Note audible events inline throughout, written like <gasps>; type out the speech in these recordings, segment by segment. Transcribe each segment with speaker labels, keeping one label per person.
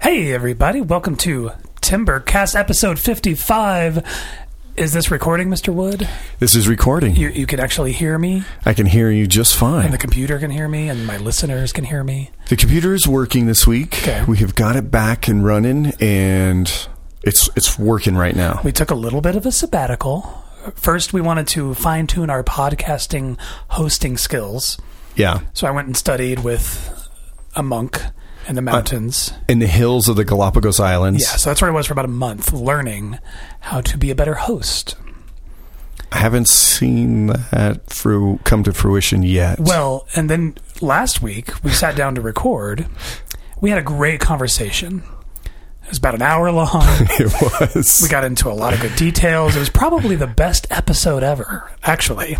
Speaker 1: Hey, everybody. Welcome to Timbercast episode 55. Is this recording, Mr. Wood?
Speaker 2: This is recording.
Speaker 1: You, you can actually hear me,
Speaker 2: I can hear you just fine.
Speaker 1: and the
Speaker 2: The,
Speaker 1: computer can hear me, and my listeners can hear me.
Speaker 2: computer is working this week.
Speaker 1: Okay.
Speaker 2: We have got it back and running, and it's it's working right now.
Speaker 1: We took a little bit of a sabbatical. First, we wanted to fine tune our podcasting hosting skills.
Speaker 2: Yeah,
Speaker 1: So I went and studied with a monk in the mountains.
Speaker 2: in the hills of the Galapagos Islands.
Speaker 1: yeah, so that's where I was for about a month, learning how to be a better host.
Speaker 2: I haven't seen that through come to fruition yet.
Speaker 1: Well, and then last week we sat down to record. We had a great conversation. It was about an hour long.
Speaker 2: <laughs> <laughs> it was.
Speaker 1: we got into a lot of good details. It was probably the best episode ever, actually.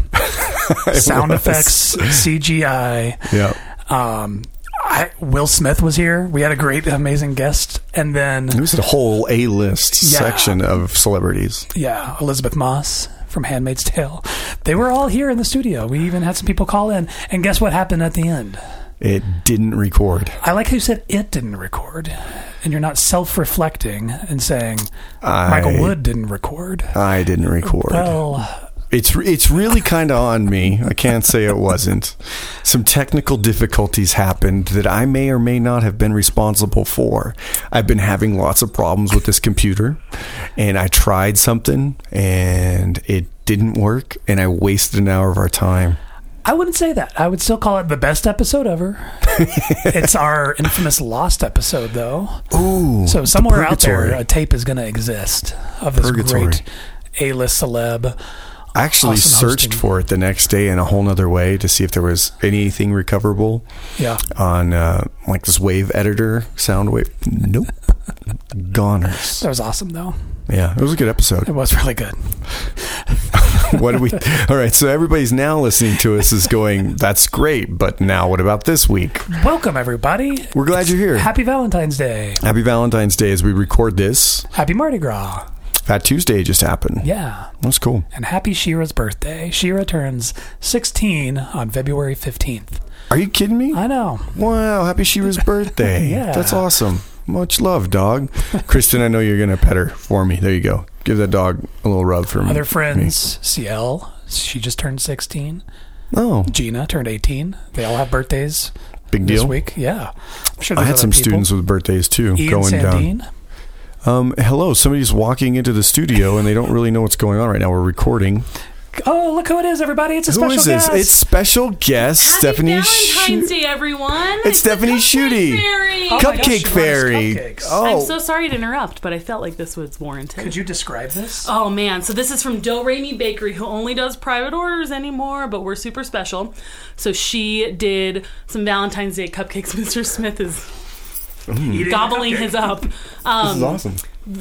Speaker 1: Sound
Speaker 2: was.
Speaker 1: effects, CGI.
Speaker 2: yeah,
Speaker 1: Um, I, Will Smith was here. We had a great, amazing guest. And then,
Speaker 2: it was a whole A list
Speaker 1: Yeah.
Speaker 2: section of celebrities.
Speaker 1: yeah, Elizabeth Moss from Handmaid's Tale. They were all here in the studio. We even had some people call in. And guess what happened at the end?
Speaker 2: It didn't record.
Speaker 1: I like how you said it didn't record, and you're not self-reflecting and saying Michael
Speaker 2: I-
Speaker 1: Wood didn't record.
Speaker 2: I didn't record.
Speaker 1: Well,
Speaker 2: It's it's really kind of on me. I can't say it wasn't. Some technical difficulties happened that I may or may not have been responsible for. I've been having lots of problems with this computer, and I tried something and it didn't work, and I wasted an hour of our time.
Speaker 1: I wouldn't say that. I would still call it the best episode
Speaker 2: <laughs>
Speaker 1: ever. it's our infamous lost episode, though.
Speaker 2: Ooh,
Speaker 1: So somewhere out
Speaker 2: purgatory.
Speaker 1: there, a tape is going to exist of this
Speaker 2: Purgatory.
Speaker 1: great A-list celeb.
Speaker 2: I actually
Speaker 1: awesome
Speaker 2: searched
Speaker 1: hosting.
Speaker 2: for it the next day in a whole nother way to see if there was anything recoverable
Speaker 1: Yeah,
Speaker 2: on uh, like this wave editor sound wave. Nope, goners.
Speaker 1: that was awesome, though.
Speaker 2: Yeah, it was a good
Speaker 1: It
Speaker 2: episode.
Speaker 1: was really good.
Speaker 2: what do we? All right, so everybody's now listening to us is going, "That's great," but now what about this week?
Speaker 1: Welcome, everybody.
Speaker 2: We're glad you're here.
Speaker 1: Happy Valentine's Day.
Speaker 2: Happy Valentine's Day as we record this.
Speaker 1: Happy Mardi Gras.
Speaker 2: Fat Tuesday just happened.
Speaker 1: Yeah.
Speaker 2: That's cool.
Speaker 1: and happy Shira's birthday. Shira turns 16 on February 15th.
Speaker 2: Are you kidding me?
Speaker 1: I know.
Speaker 2: Wow, happy Shira's birthday.
Speaker 1: <laughs> Yeah.
Speaker 2: That's awesome. Much love, dog. Kristen, I know you're going to pet her for me. There you go. Give that dog a little rub for me.
Speaker 1: Other friends, CL, she just turned 16.
Speaker 2: Oh,
Speaker 1: Gina turned 18. They all have birthdays
Speaker 2: big
Speaker 1: this
Speaker 2: deal.
Speaker 1: week. Yeah. I'm sure
Speaker 2: I
Speaker 1: there's
Speaker 2: had
Speaker 1: other
Speaker 2: some
Speaker 1: people.
Speaker 2: students with birthdays too
Speaker 1: Ian
Speaker 2: going down.
Speaker 1: Sandine.
Speaker 2: Um, hello, somebody's walking into the studio and they don't really know what's going on right now. We're recording.
Speaker 1: Oh, look who it is, everybody. It's a
Speaker 2: Who
Speaker 1: special
Speaker 2: is this?
Speaker 1: guest.
Speaker 2: It's special guest
Speaker 3: Happy
Speaker 2: Stephanie
Speaker 3: Valentine's
Speaker 2: Shu-
Speaker 3: Day, everyone!
Speaker 2: It's Stephanie Schutte.
Speaker 1: Oh my gosh,
Speaker 2: Cupcake
Speaker 1: she
Speaker 2: Fairy.
Speaker 1: loves cupcakes.
Speaker 3: I'm
Speaker 2: Oh,
Speaker 3: so sorry to interrupt, but I felt like this was warranted.
Speaker 1: Could you describe this?
Speaker 3: Oh man, so this is from Do Re Mi Bakery, who only does private orders anymore, but we're super special. So she did some Valentine's Day cupcakes. <laughs> Mr. Smith is
Speaker 2: Mm.
Speaker 3: gobbling his up. Um,
Speaker 2: this is awesome.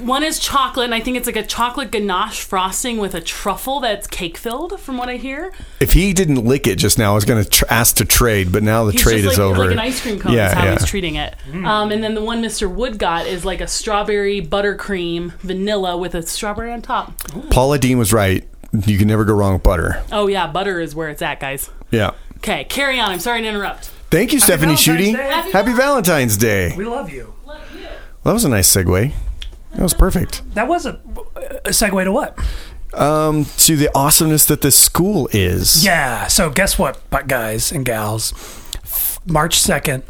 Speaker 3: One is chocolate, and I think it's like a chocolate ganache frosting with a truffle that's cake filled, from what I hear.
Speaker 2: If he didn't lick it just now, I was going to tr- ask to trade, but now the
Speaker 3: He's
Speaker 2: trade
Speaker 3: just
Speaker 2: is
Speaker 3: like,
Speaker 2: over.
Speaker 3: Like an ice cream cone
Speaker 2: Yeah,
Speaker 3: is how
Speaker 2: yeah.
Speaker 3: he's treating it. Um, and then the one Mr. Wood got is like a strawberry buttercream vanilla with a strawberry on top.
Speaker 2: Paula Dean was right. You can never go wrong with butter.
Speaker 3: Oh yeah, butter is where it's at, guys.
Speaker 2: Yeah.
Speaker 3: Okay, carry on. I'm sorry to interrupt.
Speaker 2: Thank you, Stephanie
Speaker 1: Valentine's
Speaker 2: Shooting.
Speaker 1: Day.
Speaker 2: Happy, Valentine's Day.
Speaker 1: We love you.
Speaker 2: That was a nice segue. That was perfect.
Speaker 1: That was a, a segue to what?
Speaker 2: Um, to the awesomeness that this school is.
Speaker 1: Yeah. So guess what, bu- guys and gals? March 2nd,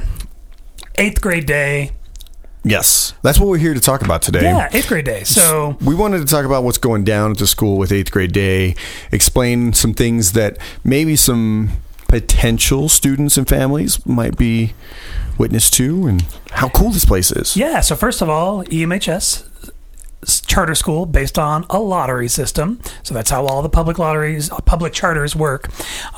Speaker 1: eighth grade day.
Speaker 2: Yes. That's what we're here to talk about today.
Speaker 1: Yeah, eighth grade day. So
Speaker 2: we wanted to talk about what's going down at the school with eighth grade day, explain some things that maybe some potential students and families might be witness to, and how cool this place is.
Speaker 1: yeah, so first of all, EMHS s- charter school based on a lottery system. So that's how all the public lotteries, public charters work.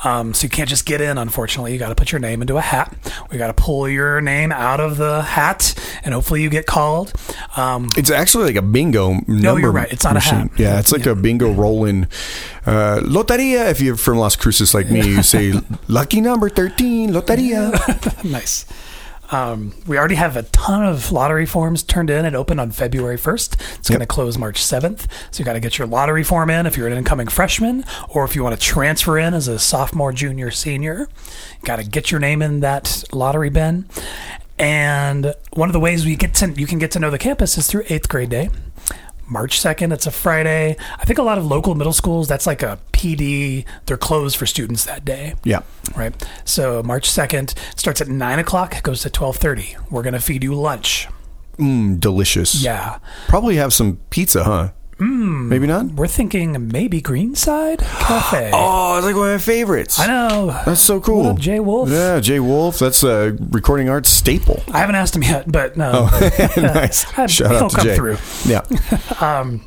Speaker 1: Um, so you can't just get in. Unfortunately, you got to put your name into a hat. We got to pull your name out of the hat, and hopefully you get called. Um,
Speaker 2: It's actually like a bingo number.
Speaker 1: you're right. It's not a
Speaker 2: machine.
Speaker 1: hat.
Speaker 2: Yeah, it's like a bingo rolling uh, loteria. If you're from Las Cruces like me, you say lucky number thirteen,
Speaker 1: <laughs>
Speaker 2: loteria.
Speaker 1: nice. Um, we already have a ton of lottery forms turned in and open on February 1st. It's going to close March 7th. So you got to get your lottery form in if you're an incoming freshman or if you want to transfer in as a sophomore, junior, senior. You got to get your name in that lottery bin. And one of the ways we get to you can get to know the campus is through eighth grade day. March 2nd, it's a Friday. I think a lot of local middle schools, that's like a PD. They're closed for students that day.
Speaker 2: Yeah.
Speaker 1: Right. So March 2nd starts at 9 o'clock, goes to 12.30. We're going to feed you lunch.
Speaker 2: Mm, delicious.
Speaker 1: Yeah.
Speaker 2: Probably have some pizza, huh? Mm. Maybe not.
Speaker 1: We're thinking maybe Greenside Cafe.
Speaker 2: <gasps> Oh, it's like one of my favorites.
Speaker 1: I know.
Speaker 2: That's so cool.
Speaker 1: What up, Jay Wolf?
Speaker 2: Yeah, Jay Wolf. That's a recording arts staple.
Speaker 1: I haven't asked him yet, but um, no.
Speaker 2: Oh.
Speaker 1: <laughs>
Speaker 2: <laughs> nice.
Speaker 1: Uh,
Speaker 2: Shout
Speaker 1: he'll
Speaker 2: out to
Speaker 1: come
Speaker 2: Jay.
Speaker 1: through.
Speaker 2: Yeah.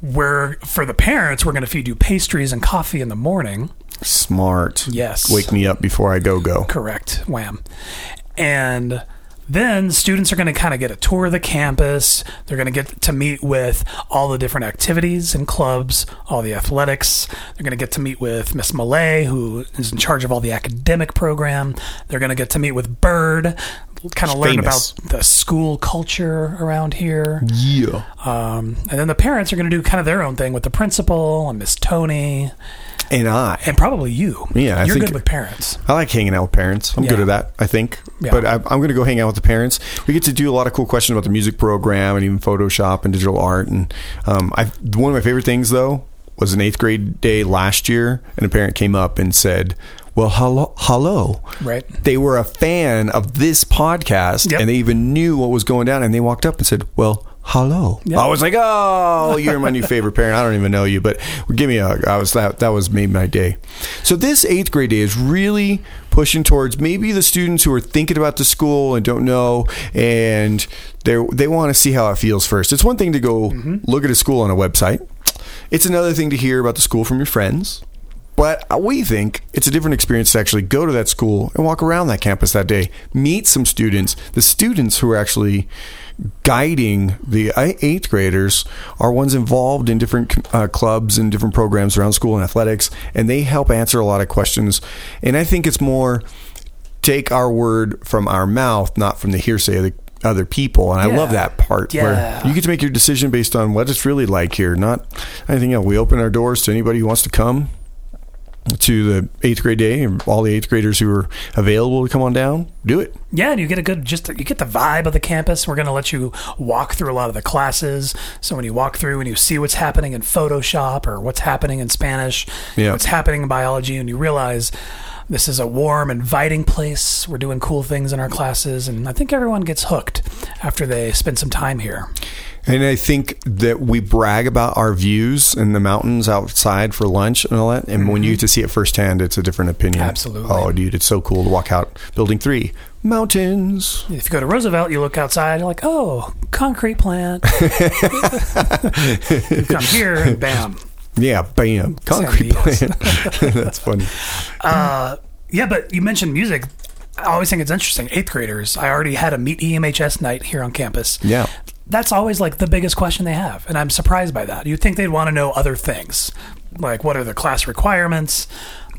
Speaker 1: We're, for the parents, we're going to feed you pastries and coffee in the morning.
Speaker 2: Smart.
Speaker 1: Yes.
Speaker 2: Wake me up before I go go.
Speaker 1: Correct. Wham. And then students are going to kind of get a tour of the campus. They're going to get to meet with all the different activities and clubs, all the athletics. They're going to get to meet with Miss Malay, who is in charge of all the academic program. They're going to get to meet with Bird, kind of learn
Speaker 2: famous.
Speaker 1: about the school culture around here.
Speaker 2: Yeah.
Speaker 1: Um, and then the parents are going to do kind of their own thing with the principal and Miss Tony,
Speaker 2: And I.
Speaker 1: and probably you.
Speaker 2: Yeah, I
Speaker 1: you're
Speaker 2: think-
Speaker 1: good with parents.
Speaker 2: I like hanging out with parents. I'm good
Speaker 1: Yeah.
Speaker 2: at that, I think.
Speaker 1: Yeah.
Speaker 2: But I, I'm going to go hang out with the parents. We get to do a lot of cool questions about the music program and even Photoshop and digital art. And um, I, one of my favorite things, though, was an eighth grade day last year, and a parent came up and said, well, hello, hello.
Speaker 1: Right.
Speaker 2: They were a fan of this podcast,
Speaker 1: Yep.
Speaker 2: and they even knew what was going down, and they walked up and said, "Well, hello." I was like, "Oh, you're my new favorite parent. I don't even know you, but give me a hug." I was that that was made my day. So this eighth grade day is really pushing towards maybe the students who are thinking about the school and don't know, and they they want to see how it feels first. It's one thing to go look at a school on a website. It's another thing to hear about the school from your friends. But uh, we think it's a different experience to actually go to that school and walk around that campus that day, meet some students. The students who are actually guiding the i- eighth graders are ones involved in different uh, clubs and different programs around school and athletics, and they help answer a lot of questions. And I think it's more take our word from our mouth, not from the hearsay of the other people. And I love
Speaker 1: Yeah.
Speaker 2: that part where
Speaker 1: Yeah.
Speaker 2: you get to make your decision based on what it's really like here, not anything else. We open our doors to anybody who wants to come to the eighth grade day and all the eighth graders who are available to come on down, do it.
Speaker 1: Yeah, and you get a good just you get the vibe of the campus. We're going to let you walk through a lot of the classes. So when you walk through and you see what's happening in Photoshop or what's happening in Spanish,
Speaker 2: Yeah.
Speaker 1: what's happening in biology, and you realize this is a warm, inviting place. We're doing cool things in our classes, and I think everyone gets hooked after they spend some time here.
Speaker 2: And I think that we brag about our views in the mountains outside for lunch and all that. And when you get to see it firsthand, it's a different opinion.
Speaker 1: Mm-hmm. Absolutely.
Speaker 2: Oh, dude, it's so cool to walk out building three mountains.
Speaker 1: If you go to Roosevelt, you look outside, you're like, oh, concrete plant. you come here, and bam.
Speaker 2: Yeah, bam, concrete
Speaker 1: San
Speaker 2: plant. <laughs> That's funny.
Speaker 1: Uh, Yeah, but you mentioned music. I always think it's interesting. Eighth graders, I already had a Meet E EMHS night here on campus.
Speaker 2: Yeah.
Speaker 1: That's always like the biggest question they have. And I'm surprised by that. You'd think they'd want to know other things, like what are the class requirements?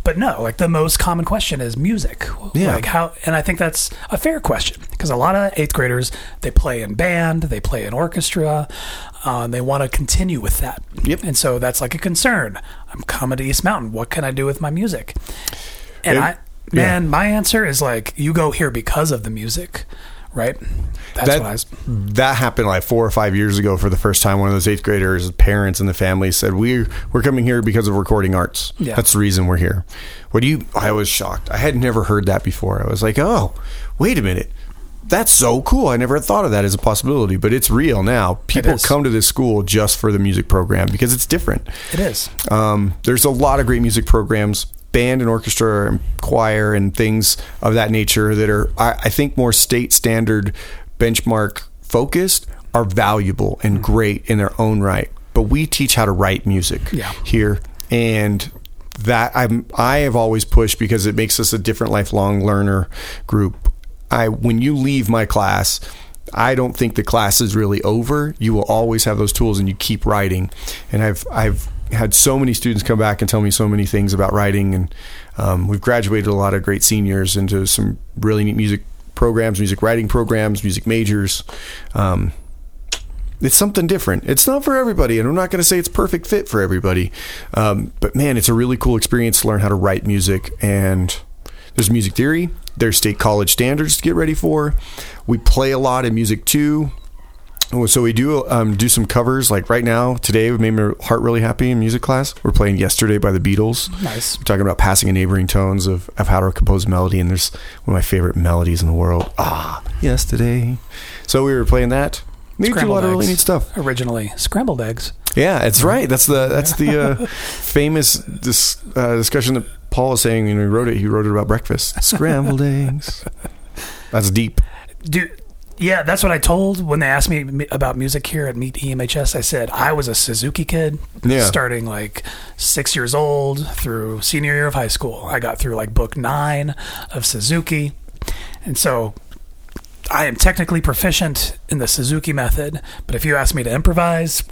Speaker 1: But no, like the most common question is music.
Speaker 2: Yeah.
Speaker 1: Like how, and I think that's a fair question because a lot of eighth graders, they play in band, they play in orchestra, uh, and they want to continue with that.
Speaker 2: Yep.
Speaker 1: And so that's like a concern. I'm coming to East Mountain. What can I do with my music? And
Speaker 2: It-
Speaker 1: I,
Speaker 2: yeah.
Speaker 1: man, my answer is like, you go here because of the music, right? That's
Speaker 2: that,
Speaker 1: what I was.
Speaker 2: that happened like four or five years ago for the first time. One of those eighth graders' parents and the family said, "We're we're coming here because of recording arts.
Speaker 1: Yeah.
Speaker 2: That's the reason we're here." What do you? I was shocked. I had never heard that before. I was like, "Oh, wait a minute." That's so cool. I never thought of that as a possibility, but it's real now. People
Speaker 1: is.
Speaker 2: come to this school just for the music program because it's different.
Speaker 1: It is.
Speaker 2: Um, there's a lot of great music programs, band and orchestra and choir and things of that nature that are, I, I think, more state standard benchmark focused are valuable and great in their own right. But we teach how to write music
Speaker 1: Yeah.
Speaker 2: here, and that I'm I have always pushed because it makes us a different lifelong learner group. I when you leave my class. I don't think the class is really over. You will always have those tools, and you keep writing. And I've I've had so many students come back and tell me so many things about writing, and um, we've graduated a lot of great seniors into some really neat music programs, music writing programs, music majors. Um, it's something different. It's not for everybody, and I'm not going to say it's perfect fit for everybody. Um, but man, it's a really cool experience to learn how to write music. And there's music theory, their state college standards to get ready for. We play a lot in music too. So we do um, do some covers like right now today made my heart really happy in music class. We're playing "Yesterday" by the Beatles.
Speaker 1: Nice.
Speaker 2: We're talking about passing and neighboring tones of, of how to compose melody, and there's one of my favorite melodies in the world. Ah, yesterday. So we were playing that. They do a lot of really neat stuff.
Speaker 1: Originally, scrambled eggs.
Speaker 2: Yeah, that's right. That's the that's the
Speaker 1: <laughs>
Speaker 2: uh, famous dis, uh, discussion that Paul was saying when he wrote it. He wrote it about breakfast, scrambled eggs. That's deep.
Speaker 1: Do yeah, that's what I told when they asked me m- about music here at Meet E EMHS. I said I was a Suzuki kid,
Speaker 2: Yeah.
Speaker 1: starting like six years old through senior year of high school. I got through like book nine of Suzuki, and so I am technically proficient in the Suzuki method. But if you ask me to improvise,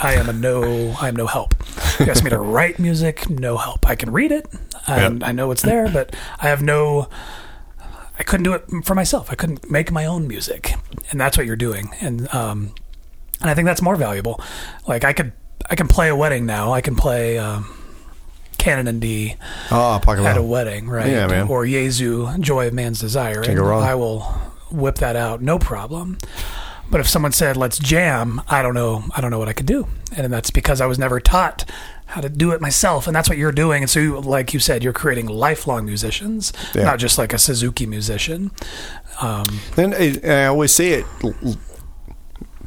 Speaker 1: I am a no. I am no help. If you ask me to write music, no help. I can read it, and
Speaker 2: Yep.
Speaker 1: I know it's there, but I have no. I couldn't do it for myself. I couldn't make my own music, and that's what you're doing. And um, and I think that's more valuable. Like I could, I can play a wedding now. I can play um, Canon and D
Speaker 2: Ah, pocket
Speaker 1: at a
Speaker 2: Love.
Speaker 1: wedding, right?
Speaker 2: Yeah, man.
Speaker 1: Or Yezu, Joy of Man's Desire.
Speaker 2: Can't go
Speaker 1: and
Speaker 2: wrong.
Speaker 1: I will whip that out, no problem. But if someone said, "Let's jam," I don't know. I don't know what I could do, and that's because I was never taught how to do it myself. And that's what you're doing. And so, you, like you said, you're creating lifelong musicians,
Speaker 2: Yeah.
Speaker 1: not just like a Suzuki musician. Um,
Speaker 2: Then I, I always say it. l- l-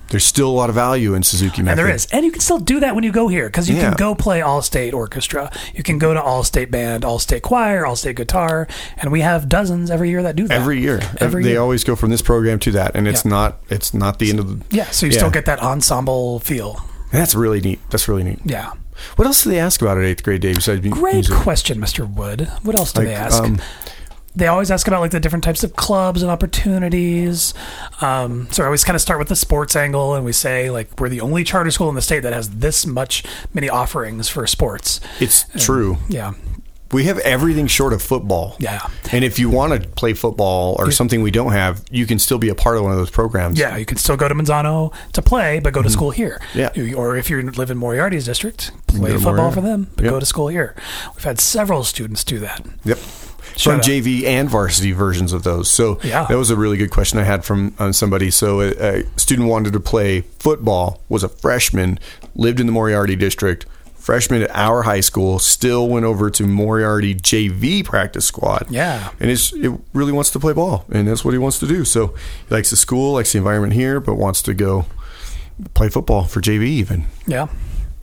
Speaker 2: There's still a lot of value in Suzuki
Speaker 1: And
Speaker 2: method.
Speaker 1: there is. And you can still do that when you go here because you
Speaker 2: Yeah.
Speaker 1: can go play Allstate Orchestra. You can go to Allstate Band, Allstate Choir, Allstate Guitar. And we have dozens every year that do that.
Speaker 2: every year.
Speaker 1: Every
Speaker 2: they
Speaker 1: year.
Speaker 2: always go from this program to that, and it's
Speaker 1: Yeah.
Speaker 2: not it's not the end of the.
Speaker 1: Yeah. So you still get that ensemble feel.
Speaker 2: That's really neat. That's really neat.
Speaker 1: Yeah.
Speaker 2: What else do they ask about at eighth grade, Dave? Besides mu-
Speaker 1: Great
Speaker 2: music?
Speaker 1: question, Mr. Wood. What else do
Speaker 2: Like,
Speaker 1: they ask?
Speaker 2: um,
Speaker 1: they always ask about like the different types of clubs and opportunities. Um, so I always kind of start with the sports angle, and we say like we're the only charter school in the state that has this much many offerings for sports.
Speaker 2: It's true.
Speaker 1: Yeah,
Speaker 2: We have everything short of football.
Speaker 1: Yeah.
Speaker 2: And if you want to play football or something we don't have, you can still be a part of one of those programs.
Speaker 1: Yeah, you can still go to Manzano to play, but go to school here.
Speaker 2: Mm-hmm. Yeah.
Speaker 1: You- Or if you live in Moriarty's district, play
Speaker 2: to
Speaker 1: football
Speaker 2: Moriarty.
Speaker 1: for them, but
Speaker 2: Yep.
Speaker 1: go to school here. We've had several students do that.
Speaker 2: Yep.
Speaker 1: Shout
Speaker 2: from
Speaker 1: out.
Speaker 2: JV and varsity versions of those. So
Speaker 1: Yeah.
Speaker 2: that was a really good question I had from um, somebody. So a, a student wanted to play football, was a freshman, lived in the Moriarty district, freshman at our high school, still went over to Moriarty JV practice squad.
Speaker 1: Yeah.
Speaker 2: And it's, it really wants to play ball, and that's what he wants to do. So he likes the school, likes the environment here, but wants to go play football for JV even.
Speaker 1: Yeah.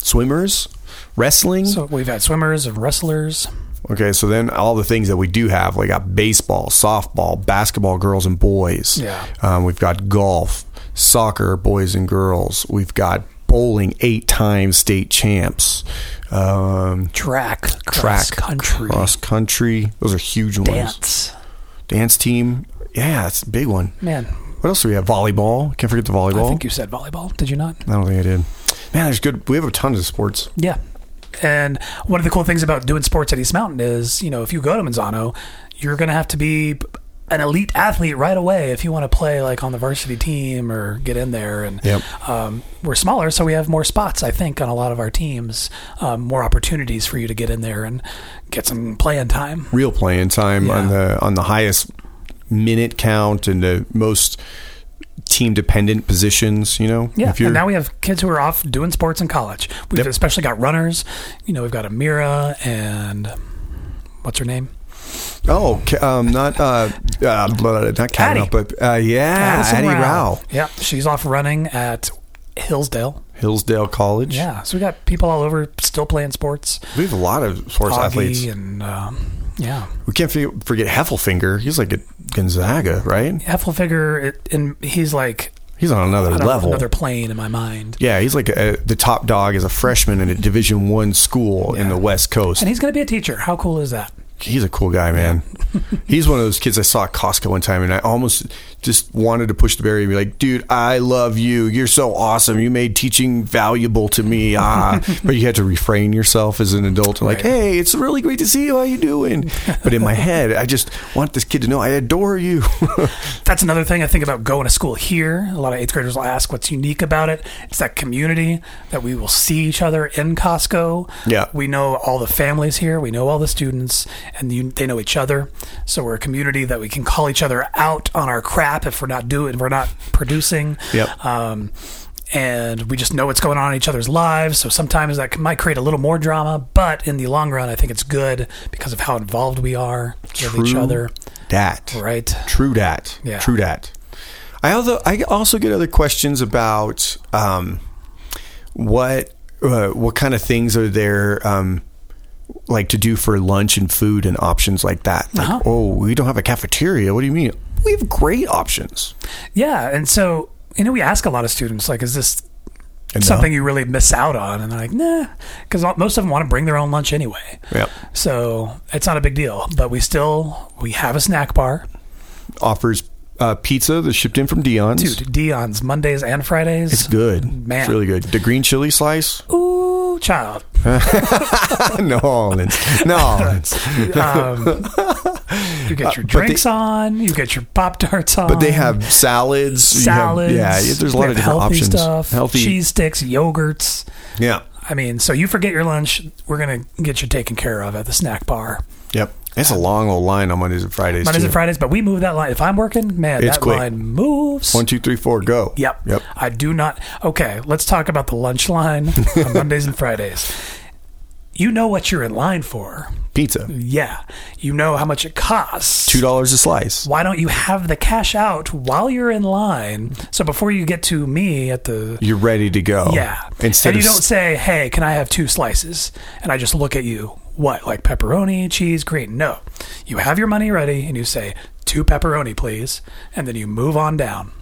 Speaker 2: Swimmers, wrestling.
Speaker 1: So we've had swimmers and wrestlers.
Speaker 2: Okay, so then all the things that we do have, like got baseball, softball, basketball, girls and boys.
Speaker 1: Yeah.
Speaker 2: Um, we've got golf, soccer, boys and girls. We've got bowling, eight time state champs. Um,
Speaker 1: Track,
Speaker 2: track,
Speaker 1: cross country,
Speaker 2: cross country. Those are huge ones.
Speaker 1: dance.
Speaker 2: Dance team. Yeah, it's a big one.
Speaker 1: Man,
Speaker 2: What else do we have? Volleyball. Can't forget the volleyball.
Speaker 1: I think you said volleyball. Did you not?
Speaker 2: I don't think I did. Man, there's good. We have a ton of sports.
Speaker 1: Yeah. And one of the cool things about doing sports at East Mountain is, you know, if you go to Manzano, you're going to have to be an elite athlete right away if you want to play like on the varsity team or get in there. And
Speaker 2: Yep.
Speaker 1: um, we're smaller, so we have more spots, I think, on a lot of our teams, um, more opportunities for you to get in there and get some playing time.
Speaker 2: real playing time on the on the highest minute count and the most team dependent positions. You know,
Speaker 1: Yeah,
Speaker 2: if you're
Speaker 1: and now we have kids who are off doing sports in college. We've
Speaker 2: Yep.
Speaker 1: especially got runners. You know, we've got Amira and um, what's her name?
Speaker 2: oh ca- um, not uh, uh blah, not
Speaker 1: Addie.
Speaker 2: counting up, but uh, yeah,
Speaker 1: Addison
Speaker 2: Addie Rao.
Speaker 1: Yeah, she's off running at Hillsdale.
Speaker 2: Hillsdale College.
Speaker 1: Yeah, so we got people all over still playing sports.
Speaker 2: we have a lot of sports
Speaker 1: Augie
Speaker 2: athletes.
Speaker 1: and um, yeah,
Speaker 2: We can't f- forget Heffelfinger. He's like at Gonzaga, right?
Speaker 1: Heffelfiger. It, and he's like
Speaker 2: He's on another
Speaker 1: on
Speaker 2: level.
Speaker 1: another plane in my mind.
Speaker 2: yeah, he's like a, the top dog as a freshman in a Division One school in
Speaker 1: Yeah.
Speaker 2: the West Coast.
Speaker 1: And he's going to be a teacher. How cool is that?
Speaker 2: he's a cool guy, man. he's one of those kids I saw at Costco one time, and I almost just wanted to push the barrier and be like, "Dude, I love you. You're so awesome. You made teaching valuable to me."
Speaker 1: <laughs>
Speaker 2: Ah, but you had to refrain yourself as an adult, like,
Speaker 1: Right.
Speaker 2: "Hey, it's really great to see you. How you doing?"
Speaker 1: <laughs>
Speaker 2: But in my head, I just want this kid to know I adore you. <laughs>
Speaker 1: That's another thing I think about going to school here. A lot of eighth graders will ask what's unique about it. It's that community that we will see each other in Costco.
Speaker 2: Yeah.
Speaker 1: We know all the families here, we know all the students, and you, they know each other. So we're a community that we can call each other out on our crap if we're not doing, we're not producing.
Speaker 2: Yep.
Speaker 1: Um, and we just know what's going on in each other's lives. So sometimes that can- might create a little more drama, but in the long run, I think it's good because of how involved we are with each
Speaker 2: True
Speaker 1: other.
Speaker 2: Dat.
Speaker 1: Right.
Speaker 2: True dat.
Speaker 1: Yeah.
Speaker 2: True dat. I also I also get other questions about um, what uh, what kind of things are there um, like to do for lunch and food and options like that. Like,
Speaker 1: Uh-huh.
Speaker 2: oh, we don't have a cafeteria. What do you mean? We have great options.
Speaker 1: Yeah. And so, you know, we ask a lot of students, like, is this
Speaker 2: And
Speaker 1: something you really miss out on? And they're like, nah, because most of them want to bring their own lunch anyway.
Speaker 2: no- Yep.
Speaker 1: So it's not a big deal, but we still we have a snack bar,
Speaker 2: offers uh, pizza that's shipped in from Dion's.
Speaker 1: dude. Dion's Mondays and Fridays.
Speaker 2: It's good.
Speaker 1: Man.
Speaker 2: It's really good. The green chili slice? <laughs>
Speaker 1: Ooh, child.
Speaker 2: no, Orleans. No, Orleans.
Speaker 1: Um, you get your
Speaker 2: Uh, but they-
Speaker 1: drinks on. You get your pop tarts on.
Speaker 2: But they have salads. you have-
Speaker 1: salads.
Speaker 2: yeah, there's a
Speaker 1: they
Speaker 2: lot
Speaker 1: have
Speaker 2: of different
Speaker 1: healthy
Speaker 2: options.
Speaker 1: stuff.
Speaker 2: Healthy.
Speaker 1: cheese sticks, yogurts.
Speaker 2: Yeah.
Speaker 1: I mean, so you forget your lunch, we're gonna get you taken care of at the snack bar.
Speaker 2: Yep. It's a long old line on Mondays and Fridays.
Speaker 1: Mondays
Speaker 2: too.
Speaker 1: and Fridays, but we move that line. If I'm working, man,
Speaker 2: It's
Speaker 1: that
Speaker 2: quick.
Speaker 1: line moves.
Speaker 2: One, two, three, four, go.
Speaker 1: Yep.
Speaker 2: Yep.
Speaker 1: I do not. Okay, let's talk about the lunch
Speaker 2: <laughs>
Speaker 1: line on Mondays and Fridays. You know what you're in line for.
Speaker 2: Pizza.
Speaker 1: Yeah. You know how much it costs.
Speaker 2: Two dollars a slice.
Speaker 1: Why don't you have the cash out while you're in line? So before you get to me at the.
Speaker 2: You're ready to go.
Speaker 1: Yeah.
Speaker 2: Instead
Speaker 1: and you
Speaker 2: of
Speaker 1: don't say, hey, can I have two slices? And I just look at you. What, like pepperoni, cheese, green? No. You have your money ready and you say, two pepperoni, please. And then you move on down.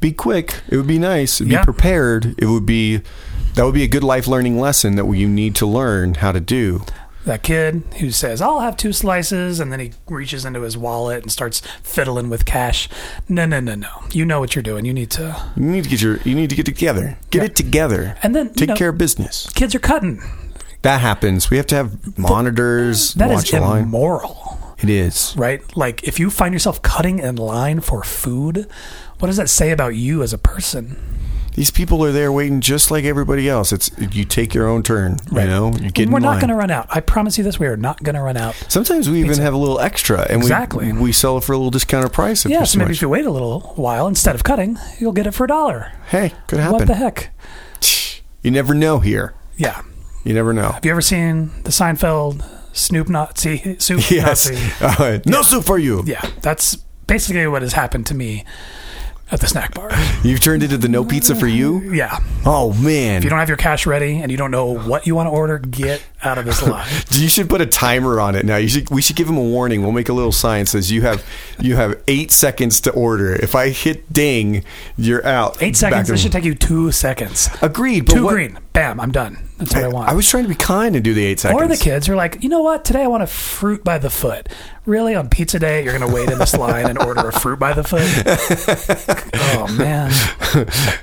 Speaker 2: be quick. It would be nice. It'd
Speaker 1: Yeah.
Speaker 2: Be prepared. It would be that would be a good life learning lesson that you need to learn how to do.
Speaker 1: that kid who says i'll have two slices and then he reaches into his wallet and starts fiddling with cash no no no no you know what you're doing you need to
Speaker 2: You need to get your you need to get together. Get it together.
Speaker 1: And then, you
Speaker 2: take
Speaker 1: know-
Speaker 2: care of business.
Speaker 1: kids are cutting
Speaker 2: That happens. We have to have monitors,
Speaker 1: That is
Speaker 2: watch the line.
Speaker 1: immoral
Speaker 2: It is.
Speaker 1: right like if you find yourself cutting in line for food what does that say about you as a person
Speaker 2: These people are there waiting just like everybody else. It's you take your own turn,
Speaker 1: Right.
Speaker 2: you know? You get in
Speaker 1: we're not
Speaker 2: line.
Speaker 1: going to run out i promise you this we are not going to run out
Speaker 2: Sometimes we even have a little extra, and
Speaker 1: Exactly.
Speaker 2: we we sell it for a little discounted price. If
Speaker 1: yeah
Speaker 2: there's
Speaker 1: so maybe
Speaker 2: much.
Speaker 1: if you wait a little while instead of cutting you'll get it for a dollar
Speaker 2: hey, could happen.
Speaker 1: what the heck
Speaker 2: You never know here.
Speaker 1: yeah
Speaker 2: You never know.
Speaker 1: have you ever seen the seinfeld snoop nazi soup
Speaker 2: <laughs> Yes,
Speaker 1: nazi
Speaker 2: Uh, no soup for you.
Speaker 1: yeah, that's basically what has happened to me at the snack
Speaker 2: <laughs>
Speaker 1: bar.
Speaker 2: You've turned into the no pizza
Speaker 1: <laughs>
Speaker 2: for you.
Speaker 1: Yeah.
Speaker 2: Oh man,
Speaker 1: If you don't have your cash ready and you don't know what you want to order, get out of this
Speaker 2: <laughs>
Speaker 1: line.
Speaker 2: You should put a timer on it now. You should. We should give him a warning. We'll make a little sign that says you have you have eight seconds to order. If I hit ding, you're out.
Speaker 1: Eight
Speaker 2: Back
Speaker 1: seconds.
Speaker 2: to-
Speaker 1: This should take you two seconds.
Speaker 2: Agreed. But
Speaker 1: Two
Speaker 2: what-
Speaker 1: green. Bam. I'm done. That's what I, want.
Speaker 2: I was trying to be kind and do the eight seconds.
Speaker 1: or the kids are like, you know what? Today I want a fruit by the foot. Really, on pizza day, you're going to wait in this line and order a fruit by the
Speaker 2: <laughs>
Speaker 1: foot? oh, man.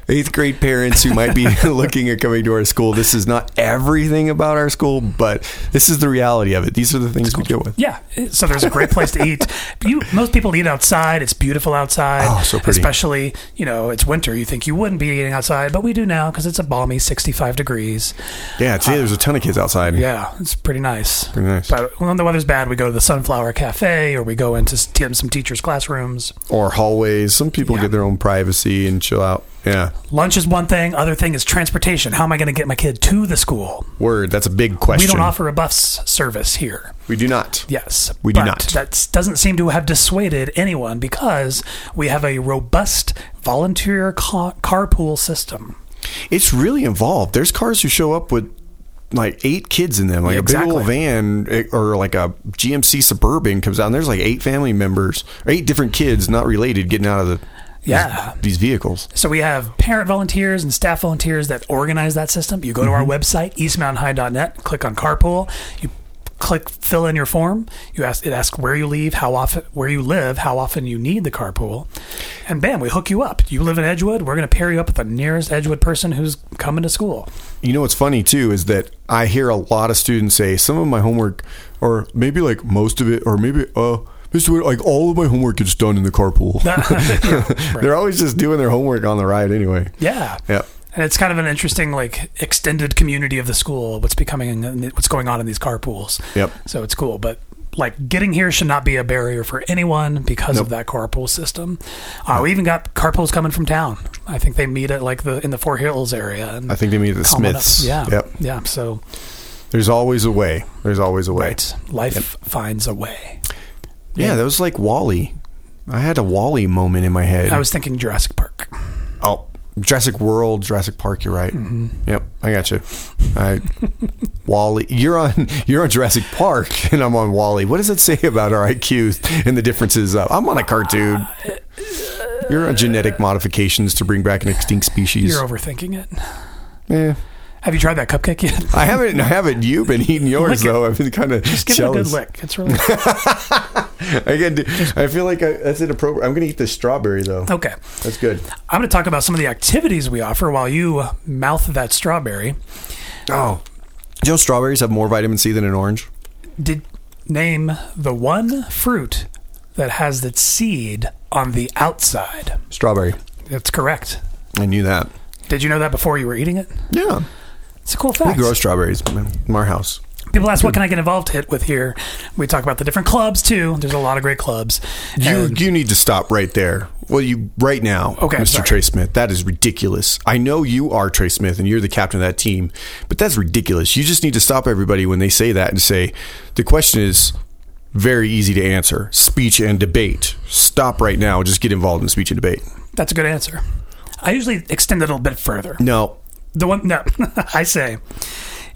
Speaker 2: <laughs> Eighth grade parents who might <laughs> be looking at coming to our school. This is not everything about our school, but this is the reality of it. These are the things we deal with.
Speaker 1: Yeah, so there's a great place to eat. You most people eat outside. It's beautiful outside.
Speaker 2: Oh, so pretty.
Speaker 1: Especially, you know, it's winter. You think you wouldn't be eating outside, but we do now because it's a balmy 65 degrees.
Speaker 2: Yeah, today there's a ton of kids outside.
Speaker 1: Yeah, it's pretty nice.
Speaker 2: Pretty nice.
Speaker 1: But when the weather's bad, we go to the Sunflower Cafe or we go into s- Tim some teachers' classrooms.
Speaker 2: Or hallways. Some people
Speaker 1: Yeah.
Speaker 2: get their own privacy and chill out. Yeah.
Speaker 1: Lunch is one thing. Other thing is transportation. How am I going to get my kid to the school?
Speaker 2: Word. That's a big question.
Speaker 1: We don't offer a bus service here.
Speaker 2: We do not.
Speaker 1: Yes,
Speaker 2: We do
Speaker 1: but
Speaker 2: not.
Speaker 1: That doesn't seem to have dissuaded anyone because we have a robust volunteer ca- carpool system.
Speaker 2: It's really involved. There's cars who show up with like eight kids in them, like
Speaker 1: Yeah,
Speaker 2: a big old
Speaker 1: exactly.
Speaker 2: van eh, or like a GMC Suburban comes out. And there's like eight family members, or eight different kids, not related, getting out of the
Speaker 1: Yeah.
Speaker 2: these, these vehicles.
Speaker 1: So we have parent volunteers and staff volunteers that organize that system. You go to our website eastmountainhigh.net, click on carpool, you click fill in your form. You ask it asks where you leave, how often where you live, how often you need the carpool, and bam, we hook you up. You live in Edgewood, we're going to pair you up with the nearest Edgewood person who's coming to school.
Speaker 2: You know what's funny too is that I hear a lot of students say some of my homework, or maybe like most of it, or maybe uh, Mr. Whit, like all of my homework gets done in
Speaker 1: <laughs>
Speaker 2: the carpool. <laughs> They're always just doing their homework on the ride anyway.
Speaker 1: Yeah.
Speaker 2: Yep.
Speaker 1: And it's kind of an interesting, like, extended community of the school. What's becoming, what's going on in these carpools.
Speaker 2: Yep.
Speaker 1: So it's cool, but like getting here should not be a barrier for anyone because of that carpool system. Uh, we even got carpools coming from town. I think they meet at like the in the Four Hills area. And
Speaker 2: I think they meet at the
Speaker 1: call it up.
Speaker 2: Smiths.
Speaker 1: Yeah,
Speaker 2: Yep.
Speaker 1: yeah. So
Speaker 2: There's always a way. There's always a way.
Speaker 1: right, life finds a way.
Speaker 2: Yeah, that was like Wally. I had a Wally moment in my head.
Speaker 1: I was thinking Jurassic Park.
Speaker 2: oh, Jurassic World, Jurassic Park. You're right.
Speaker 1: Mm-hmm.
Speaker 2: Yep, I got you. I, <laughs> Wally, you're on you're on Jurassic Park, <laughs> and I'm on Wally. What does it say about our IQ and the differences? Of, I'm on a cartoon. You're on genetic modifications to bring back an extinct species.
Speaker 1: You're overthinking it.
Speaker 2: Eh.
Speaker 1: Have you tried that cupcake yet? <laughs>
Speaker 2: I haven't. I haven't. You been eating yours
Speaker 1: Lick it.
Speaker 2: though? I've been kind of
Speaker 1: Just give it a
Speaker 2: jealous.
Speaker 1: good lick. It's really
Speaker 2: <laughs> I can do, I feel like I, that's inappropriate. I'm gonna eat this strawberry though.
Speaker 1: okay.
Speaker 2: That's good.
Speaker 1: I'm going to talk about some of the activities we offer while you mouth that strawberry.
Speaker 2: Oh, do you know strawberries have more vitamin C than an orange?
Speaker 1: Did name the one fruit that has the seed on the outside.
Speaker 2: Strawberry.
Speaker 1: That's correct.
Speaker 2: I knew that.
Speaker 1: Did you know that before you were eating it?
Speaker 2: Yeah,
Speaker 1: It's a cool
Speaker 2: we
Speaker 1: fact.
Speaker 2: grow strawberries in our house.
Speaker 1: People ask, what can I get involved hit with here? We talk about the different clubs too. There's a lot of great clubs.
Speaker 2: You
Speaker 1: And
Speaker 2: you need to stop right there. Well, you right now,
Speaker 1: Okay,
Speaker 2: Mr.
Speaker 1: sorry.
Speaker 2: Trey Smith. That is ridiculous. I know you are Trey Smith, and you're the captain of that team, but that's ridiculous. You just need to stop everybody when they say that and say the question is very easy to answer: speech and debate. Stop right now. Just get involved in speech and debate.
Speaker 1: that's a good answer. I usually extend it a little bit further.
Speaker 2: No,
Speaker 1: The one, no, <laughs> I say,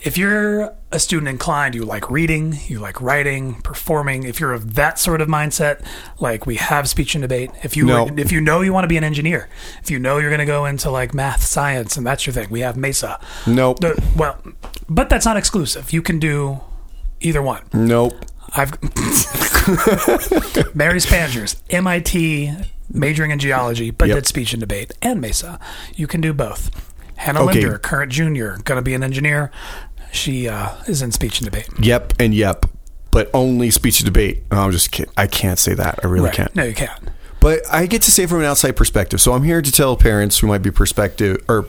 Speaker 1: if you're a student inclined, you like reading, you like writing, performing. If you're of that sort of mindset, like we have speech and debate. If you
Speaker 2: No.
Speaker 1: if you know you want to be an engineer, if you know you're going to go into like math, science, and that's your thing, we have Mesa.
Speaker 2: nope,
Speaker 1: The- well, but that's not exclusive. You can do either one.
Speaker 2: nope.
Speaker 1: I've <laughs> Mary Spangers, MIT, majoring in geology, but
Speaker 2: Yep.
Speaker 1: did speech and debate and Mesa. You can do both. Hannah
Speaker 2: Okay.
Speaker 1: Linder, current junior, going to be an engineer. She uh, is in speech and debate.
Speaker 2: Yep and yep, but only speech and debate. No, I'm just kidding. I can't say that. I really can't.
Speaker 1: No, you can't.
Speaker 2: But I get to say from an outside perspective. So I'm here to tell parents who might be perspective or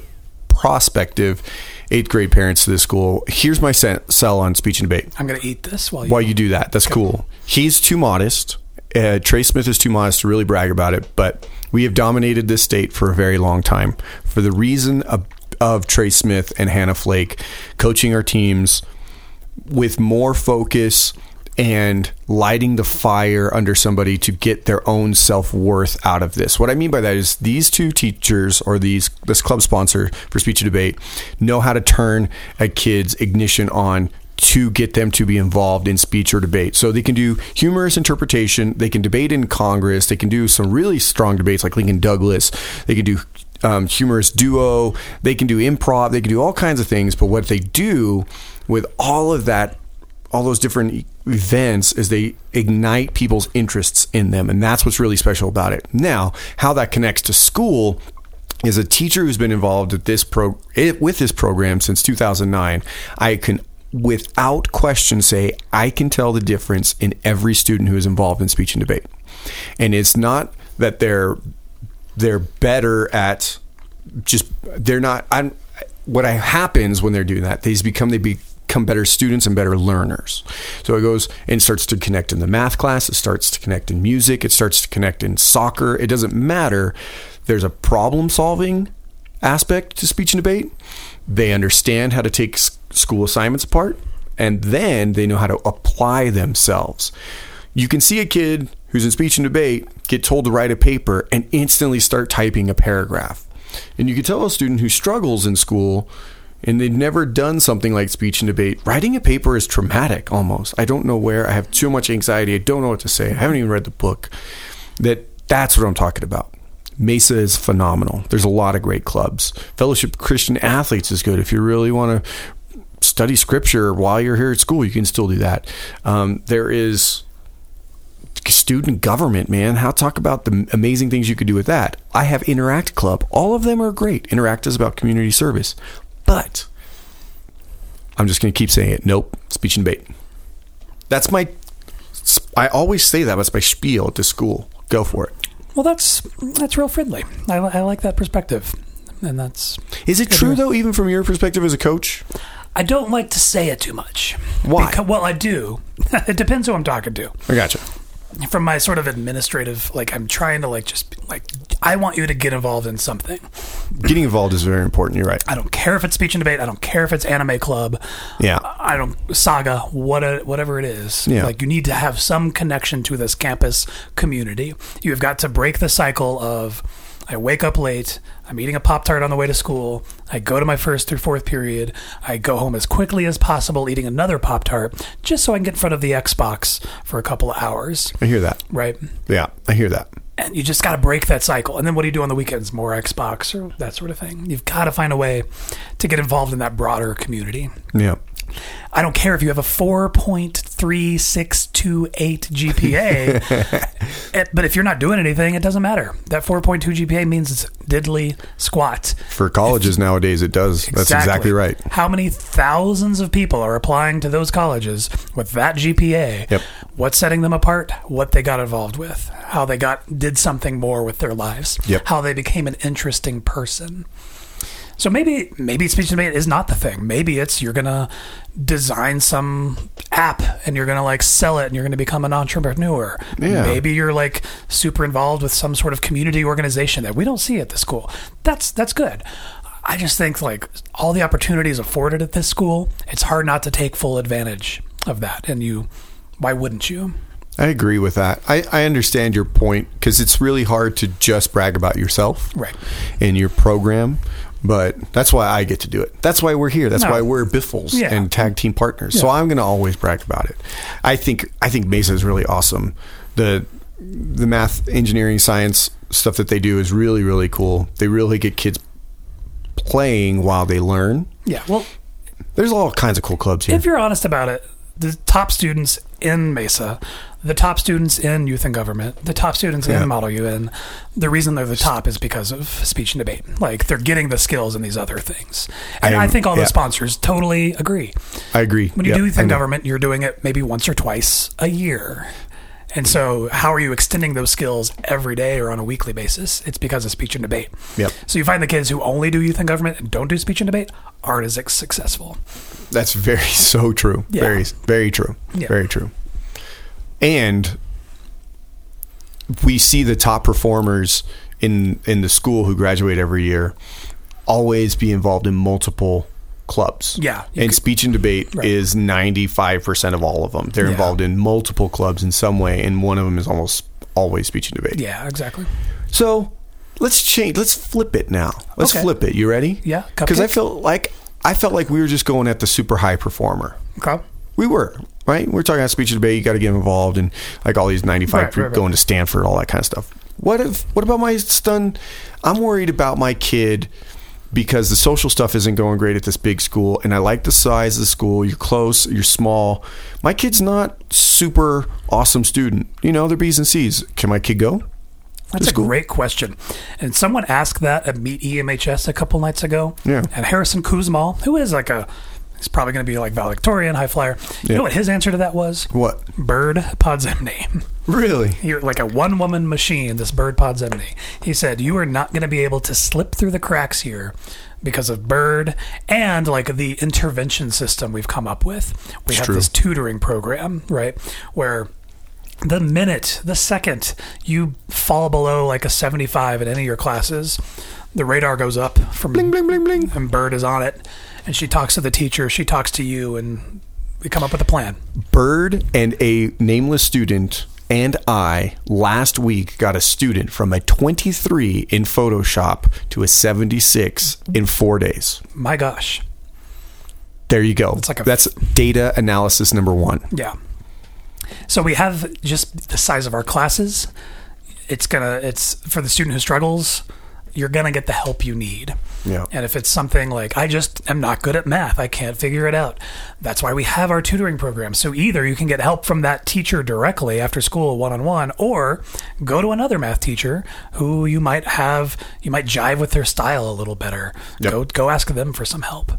Speaker 2: prospective eighth grade parents to this school. Here's my sen- sell on speech and debate.
Speaker 1: I'm going to eat this while you.
Speaker 2: Why you do that? That's cool. He's too modest. Uh, Trey Smith is too modest to really brag about it. But we have dominated this state for a very long time for the reason of, of Trey Smith and Hannah Flake coaching our teams with more focus and lighting the fire under somebody to get their own self worth out of this. What I mean by that is these two teachers or these this club sponsor for speech and debate know how to turn a kid's ignition on to get them to be involved in speech or debate. So they can do humorous interpretation, they can debate in Congress, they can do some really strong debates like Lincoln Douglas, they can do um, humorous duo, they can do improv, they can do all kinds of things, but what they do with all of that all those different e- events is they ignite people's interests in them and that's what's really special about it now how that connects to school is a teacher who's been involved at this pro it, with this program since 2009 i can without question say i can tell the difference in every student who is involved in speech and debate and it's not that they're they're better at just they're not I'm what I happens when they're doing that these become they become better students and better learners so it goes and starts to connect in the math class it starts to connect in music it starts to connect in soccer it doesn't matter there's a problem solving aspect to speech and debate they understand how to take s- school assignments apart and then they know how to apply themselves you can see a kid who's in speech and debate get told to write a paper and instantly start typing a paragraph. And you can tell a student who struggles in school and they've never done something like speech and debate, writing a paper is traumatic almost. I don't know where. I have too much anxiety. I don't know what to say. I haven't even read the book. That that's what I'm talking about. Mesa is phenomenal. There's a lot of great clubs. Fellowship Christian Athletes is good if you really want to study scripture while you're here at school. You can still do that. Um, there is student government, man. How talk about the amazing things you could do with that? I have Interact Club. All of them are great. Interact is about community service, but I'm just going to keep saying it. Nope, speech and debate. That's my. I always say that. That's my spiel to school. Go for it.
Speaker 1: Well, that's that's real friendly. I, li- I like that perspective, and that's.
Speaker 2: Is it true though? Even from your perspective as a coach,
Speaker 1: I don't like to say it too much.
Speaker 2: Why?
Speaker 1: Becau- well, I do. <laughs> it depends who I'm talking to.
Speaker 2: I gotcha.
Speaker 1: From my sort of administrative, like I'm trying to like just like I want you to get involved in something.
Speaker 2: Getting involved is very important. You're right.
Speaker 1: I don't care if it's speech and debate. I don't care if it's anime club.
Speaker 2: Yeah.
Speaker 1: I don't saga. What whatever it is.
Speaker 2: Yeah.
Speaker 1: Like you need to have some connection to this campus community. You've got to break the cycle of I wake up late. I'm eating a pop tart on the way to school. I go to my first through fourth period. I go home as quickly as possible, eating another pop tart, just so I can get in front of the Xbox for a couple of hours.
Speaker 2: I hear that.
Speaker 1: Right.
Speaker 2: Yeah, I hear that.
Speaker 1: And you just got to break that cycle. And then what do you do on the weekends? More Xbox or that sort of thing. You've got to find a way to get involved in that broader community.
Speaker 2: Yeah.
Speaker 1: I don't care if you have a 4.3628 GPA, it- eh, but if you're not doing anything, it doesn't matter. That 4.2 GPA means it's diddly squat.
Speaker 2: For colleges nowadays, it does. That's exactly right.
Speaker 1: How many thousands of people are applying to those colleges with that GPA?
Speaker 2: Yep.
Speaker 1: What's setting them apart? What they got involved with? How they got did something more with their lives?
Speaker 2: Yep.
Speaker 1: How they became an interesting person. So maybe maybe speech and debate is not the thing. Maybe it's you're gonna design some app and you're gonna like sell it and you're gonna become an entrepreneur.
Speaker 2: Yeah.
Speaker 1: Maybe you're like super involved with some sort of community organization that we don't see at the school. That's that's good. I just think like all the opportunities afforded at this school, it's hard not to take full advantage of that. And you, why wouldn't you?
Speaker 2: I agree with that. I, I understand your point because it's really hard to just brag about yourself
Speaker 1: Right.
Speaker 2: and your program, but that's why I get to do it. That's why we're here. That's
Speaker 1: No.
Speaker 2: why we're Biffles
Speaker 1: Yeah.
Speaker 2: and tag team partners. So
Speaker 1: Yeah.
Speaker 2: I'm going to always brag about it. I think I think Mesa is really awesome. The the math, engineering, science stuff that they do is really really cool. They really get kids playing while they learn.
Speaker 1: Yeah. Well,
Speaker 2: There's all kinds of cool clubs here.
Speaker 1: if you're honest about it, the top students in Mesa, the top students in youth and government, the top students
Speaker 2: Yeah.
Speaker 1: in Model UN, the reason they're the top is because of speech and debate. Like they're getting the skills in these other things. And
Speaker 2: I
Speaker 1: I,
Speaker 2: am-
Speaker 1: think all
Speaker 2: yeah.
Speaker 1: the sponsors totally agree.
Speaker 2: I agree.
Speaker 1: When you
Speaker 2: Yep,
Speaker 1: do youth
Speaker 2: I
Speaker 1: and
Speaker 2: know.
Speaker 1: government, you're doing it maybe once or twice a year. And so, how are you extending those skills every day or on a weekly basis? It's because of speech and debate.
Speaker 2: Yep.
Speaker 1: So, you find the kids who only do youth and government and don't do speech and debate aren't as successful.
Speaker 2: That's very <laughs> so true.
Speaker 1: Yeah.
Speaker 2: Very very true.
Speaker 1: Yeah.
Speaker 2: Very true. And we see the top performers in in the school who graduate every year always be involved in multiple clubs.
Speaker 1: Yeah.
Speaker 2: And speech and debate
Speaker 1: Right.
Speaker 2: is 95% of all of them. They're
Speaker 1: Yeah.
Speaker 2: involved in multiple clubs in some way and one of them is almost always speech and debate.
Speaker 1: Yeah, exactly.
Speaker 2: So let's change. Let's flip it now. Let's
Speaker 1: Okay.
Speaker 2: flip it. You ready?
Speaker 1: Yeah,
Speaker 2: Because I
Speaker 1: cupcakes?
Speaker 2: felt like I felt like we were just going at the super high performer.
Speaker 1: Okay.
Speaker 2: We were right. We are talking about speech and debate. You got to get involved and like all these ninety five
Speaker 1: Right, right, right.
Speaker 2: going to Stanford, all that kind of stuff. What if? What about my son? I'm worried about my kid because the social stuff isn't going great at this big school, and I like the size of the school. You're close. You're small. My kid's not super awesome student. You know, they're B's and C's. Can my kid go?
Speaker 1: That's
Speaker 2: That's
Speaker 1: a
Speaker 2: cool.
Speaker 1: great question. And someone asked that at Meet E EMHS a couple nights ago.
Speaker 2: Yeah.
Speaker 1: And Harrison Kuzmal, who is like a, he's probably going to be like valedictorian, high flyer. You
Speaker 2: Yeah.
Speaker 1: know what his answer to that was?
Speaker 2: What?
Speaker 1: Bird Podzemny. <laughs>
Speaker 2: Really?
Speaker 1: You're like a one woman machine, this Bird Podzemny. He said, You are not going to be able to slip through the cracks here because of Bird and like the intervention system we've come up with. We have
Speaker 2: true.
Speaker 1: this tutoring program, right? Where the minute, the second you fall below like a 75 in any of your classes, the radar goes up from
Speaker 2: Bling bling bling bling.
Speaker 1: and Bird is on it. And she talks to the teacher, she talks to you, and we come up with a plan.
Speaker 2: Bird and a nameless student and I last week got a student from a 23 in Photoshop to a 76 in four days.
Speaker 1: My gosh.
Speaker 2: There you go.
Speaker 1: like a-
Speaker 2: That's data analysis number one.
Speaker 1: Yeah. So we have just the size of our classes. It's gonna it's for the student who struggles, you're gonna get the help you need.
Speaker 2: Yeah.
Speaker 1: And if it's something like I just am not good at math, I can't figure it out. That's why we have our tutoring program. So either you can get help from that teacher directly after school one on one, or go to another math teacher who you might have you might jive with their style a little better.
Speaker 2: Yep.
Speaker 1: Go go ask them for some help.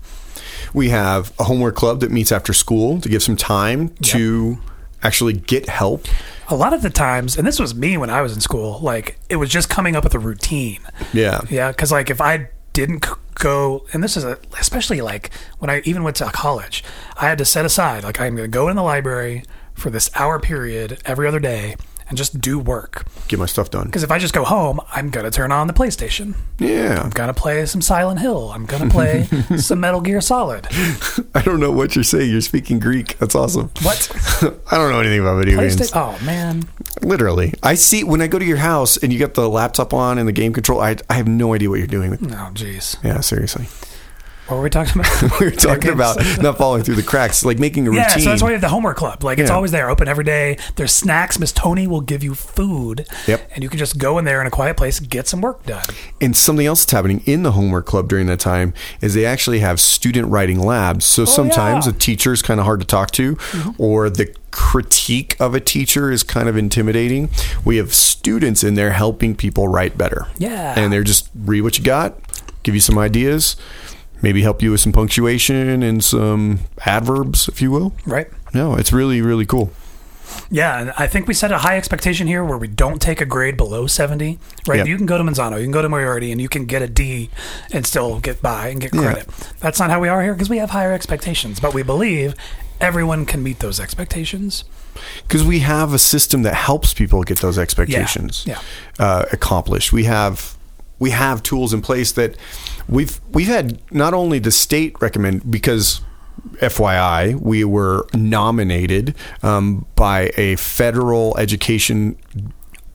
Speaker 2: We have a homework club that meets after school to give some time to actually get help.
Speaker 1: a lot of the times, and this was me when I was in school, like it was just coming up with a routine.
Speaker 2: Yeah.
Speaker 1: Yeah. Cause like if I didn't c- go, and this is a, especially like when I even went to college, I had to set aside like I'm going to go in the library for this hour period every other day and just do work.
Speaker 2: Get my stuff done.
Speaker 1: Because if I just go home, I'm going to turn on the PlayStation.
Speaker 2: Yeah. <laughs>
Speaker 1: I'm going to play some Silent Hill. I'm going to play some Metal Gear Solid.
Speaker 2: I don't know what you're saying. You're speaking Greek. That's awesome.
Speaker 1: What?
Speaker 2: <laughs> I don't know anything about video games.
Speaker 1: PlayStation? Oh, man.
Speaker 2: Literally. I see when I go to your house and you got the laptop on and the game control, I, I have no idea what you're doing with
Speaker 1: Oh, jeez.
Speaker 2: Yeah, seriously. <laughs>
Speaker 1: What were we talking about?
Speaker 2: We were talking
Speaker 1: Okay.
Speaker 2: about not falling through the cracks, like making a
Speaker 1: Yeah,
Speaker 2: routine.
Speaker 1: so that's why we have the homework club. Like it's
Speaker 2: Yeah.
Speaker 1: always there, open every day. There's snacks. Miss Tony will give you food.
Speaker 2: Yep.
Speaker 1: And you can just go in there in a quiet place, get some work done.
Speaker 2: And something else that's happening in the homework club during that time is they actually have student writing labs. So sometimes
Speaker 1: Oh, yeah. Mm-hmm.
Speaker 2: a teacher is kind of hard to talk to, or the critique of a teacher is kind of intimidating. We have students in there helping people write better.
Speaker 1: Yeah.
Speaker 2: And they're just read what you got, give you some ideas, maybe help you with some punctuation and some adverbs, if you will.
Speaker 1: Right?
Speaker 2: No, it's really, really cool.
Speaker 1: Yeah, and I think we set a high expectation here where we don't take a grade below 70. Right?
Speaker 2: Yeah.
Speaker 1: You can go to Manzano, you can go to Moriarty, and you can get a D and still get by and get
Speaker 2: Yeah.
Speaker 1: credit. That's not how we are here because we have higher expectations, but we believe everyone can meet those expectations.
Speaker 2: because we have a system that helps people get those expectations
Speaker 1: Yeah,
Speaker 2: Uh, accomplished. We have we have tools in place that we've we've had not only the state recommend because. FYI, we were nominated um, by a federal education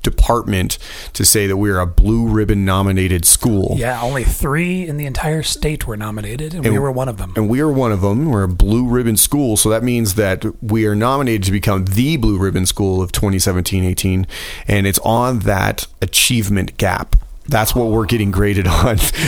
Speaker 2: department to say that we are a blue ribbon nominated school.
Speaker 1: Yeah, only three in the entire state were nominated, and, we were one of them.
Speaker 2: And we are one of them. We're a blue ribbon school. So that means that we are nominated to become the blue ribbon school of 2017 18. And it's on that achievement gap. That's what we're getting graded on. <laughs>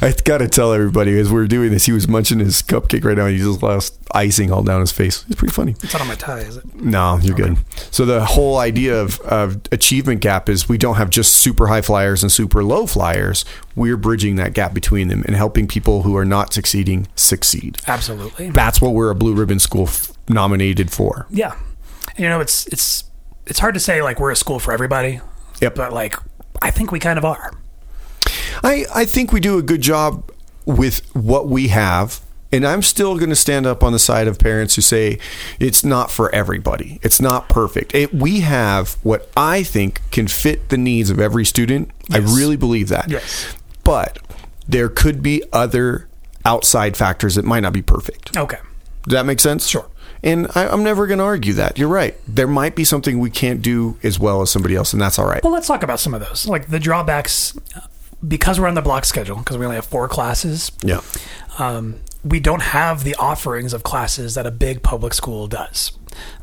Speaker 2: I gotta tell everybody as we're doing this, he was munching his cupcake right now. and He just lost icing all down his face. It's pretty funny.
Speaker 1: It's not on my tie, is it?
Speaker 2: No, you're good. So the whole idea of, of achievement gap is we don't have just super high flyers and super low flyers. We're bridging that gap between them and helping people who are not succeeding succeed.
Speaker 1: Absolutely.
Speaker 2: That's what we're a blue ribbon school f- nominated for.
Speaker 1: Yeah. And, you know, it's it's it's hard to say like we're a school for everybody,
Speaker 2: Yep.
Speaker 1: but like I think we kind of are.
Speaker 2: I, I think we do a good job with what we have. And I'm still going to stand up on the side of parents who say it's not for everybody. It's not perfect. It, we have what I think can fit the needs of every student. I really believe that.
Speaker 1: Yes.
Speaker 2: But there could be other outside factors that might not be perfect.
Speaker 1: Okay.
Speaker 2: Does that make sense?
Speaker 1: Sure.
Speaker 2: And I, I'm never going to argue that. You're right. There might be something we can't do as well as somebody else, and that's all right.
Speaker 1: Well, let's talk about some of those. Like the drawbacks because we're on the block schedule because we only have four classes.
Speaker 2: Yeah.
Speaker 1: Um, we don't have the offerings of classes that a big public school does.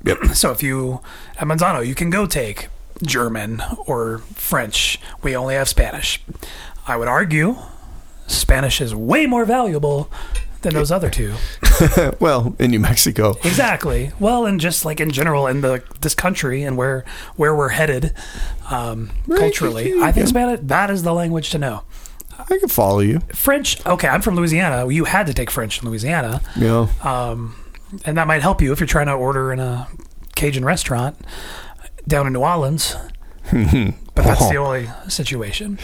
Speaker 2: Yep.
Speaker 1: <clears throat> So if you at Manzano, you can go take German or French. We only have Spanish. I would argue Spanish is way more valuable than those other two.
Speaker 2: well, in New Mexico.
Speaker 1: Exactly. Well, and just like in general in the this country and where where we're headed um, culturally, I think Spanish that is the language to know.
Speaker 2: I can follow you.
Speaker 1: French. Okay, I'm from Louisiana. You had to take French in Louisiana,
Speaker 2: Yeah.
Speaker 1: um, and that might help you if you're trying to order in a Cajun restaurant down in New
Speaker 2: <laughs>
Speaker 1: Orleans. but that's
Speaker 2: Oh.
Speaker 1: the only situation.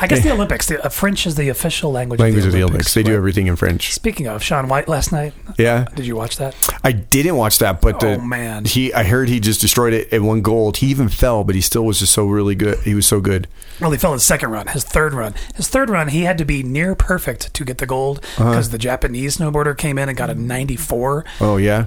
Speaker 1: I guess the Olympics. The, uh, French is the official language.
Speaker 2: Language
Speaker 1: of the Olympics.
Speaker 2: They do
Speaker 1: right?
Speaker 2: everything in French.
Speaker 1: Speaking of Sean White last night,
Speaker 2: Yeah.
Speaker 1: did you watch that?
Speaker 2: I didn't watch that, but the,
Speaker 1: Oh, man.
Speaker 2: he I heard he just destroyed it at one goal. He even fell, but he still was just so really good. He was so good.
Speaker 1: Well, he fell his second run, his third run. His third run, he had to be near perfect to get the gold
Speaker 2: Uh-huh.
Speaker 1: because the Japanese snowboarder came in and got a 94.
Speaker 2: Oh yeah.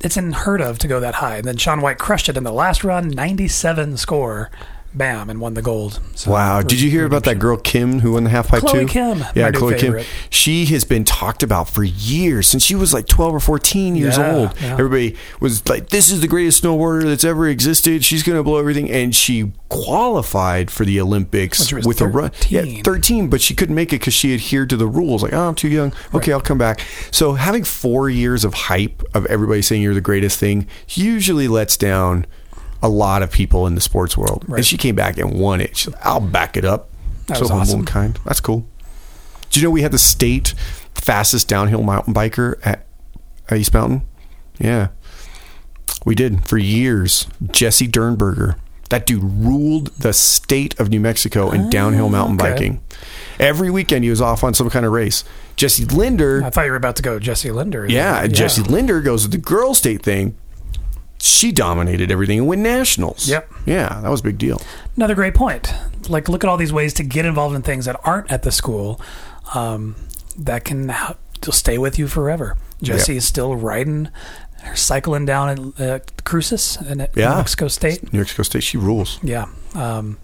Speaker 1: It's unheard of to go that high. And then Sean White crushed it in the last run, 97 score, bam, and won the gold. So,
Speaker 2: Wow. Did you hear about that girl Kim who won the half pipe
Speaker 1: Chloe
Speaker 2: too?
Speaker 1: Kim,
Speaker 2: Yeah,
Speaker 1: my new
Speaker 2: Chloe
Speaker 1: favorite.
Speaker 2: Kim. She has been talked about for years since she was like 12 or 14 years
Speaker 1: Yeah,
Speaker 2: old.
Speaker 1: yeah.
Speaker 2: Everybody was like this is the greatest snowboarder that's ever existed. She's going to blow everything and she qualified for the Olympics
Speaker 1: she was
Speaker 2: with a run. Yeah,
Speaker 1: 13.
Speaker 2: 13, but she couldn't make it cuz she adhered to the rules like, "Oh, I'm too young. Okay, I'll come back." So having 4 years of hype of everybody saying you're the greatest thing usually lets down a lot of people in the sports world. And she came back and won it. She's like, I'll back it up.
Speaker 1: That
Speaker 2: so
Speaker 1: was
Speaker 2: humble
Speaker 1: awesome.
Speaker 2: and kind. That's cool. Do you know we had the state fastest downhill mountain biker at, at East Mountain? Yeah. We did for years. Jesse Dernberger. That dude ruled the state of New Mexico in downhill mountain
Speaker 1: Ah, okay.
Speaker 2: biking. Every weekend he was off on some kind of race. Jesse Linder.
Speaker 1: I thought you were about to go Jesse Linder.
Speaker 2: Oh, Yeah, Jesse Linder goes to the girl state thing. She dominated everything and win nationals.
Speaker 1: Yep.
Speaker 2: Yeah, that was a big deal.
Speaker 1: Another great point. Like, look at all these ways to get involved in things that aren't at the school um, that can h- just stay with you forever. Jesse
Speaker 2: Yeah.
Speaker 1: is still riding, her cycling down at uh, Cruces in at
Speaker 2: Yeah.
Speaker 1: New Mexico State.
Speaker 2: New Mexico State, she rules.
Speaker 1: Yeah. Um,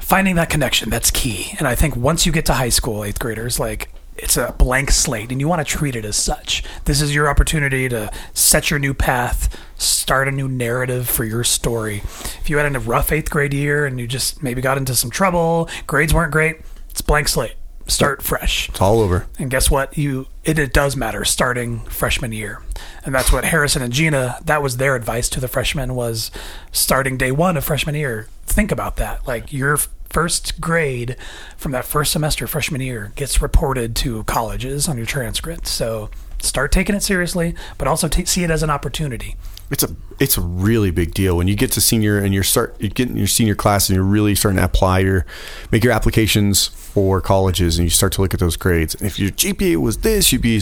Speaker 1: finding that connection, that's key. And I think once you get to high school, eighth graders, like, it's a blank slate and you want to treat it as such. This is your opportunity to set your new path, start a new narrative for your story. If you had a rough eighth grade year and you just maybe got into some trouble, grades weren't great, it's blank slate. Start fresh.
Speaker 2: It's all over.
Speaker 1: And guess what? You it, it does matter starting freshman year, and that's what Harrison and Gina. That was their advice to the freshmen was starting day one of freshman year. Think about that. Like your f- first grade from that first semester of freshman year gets reported to colleges on your transcript. So start taking it seriously, but also ta see it as an opportunity.
Speaker 2: It's a it's a really big deal when you get to senior and you're start you get in your senior class and you're really starting to apply your make your applications for colleges and you start to look at those grades. And if your GPA was this, you'd be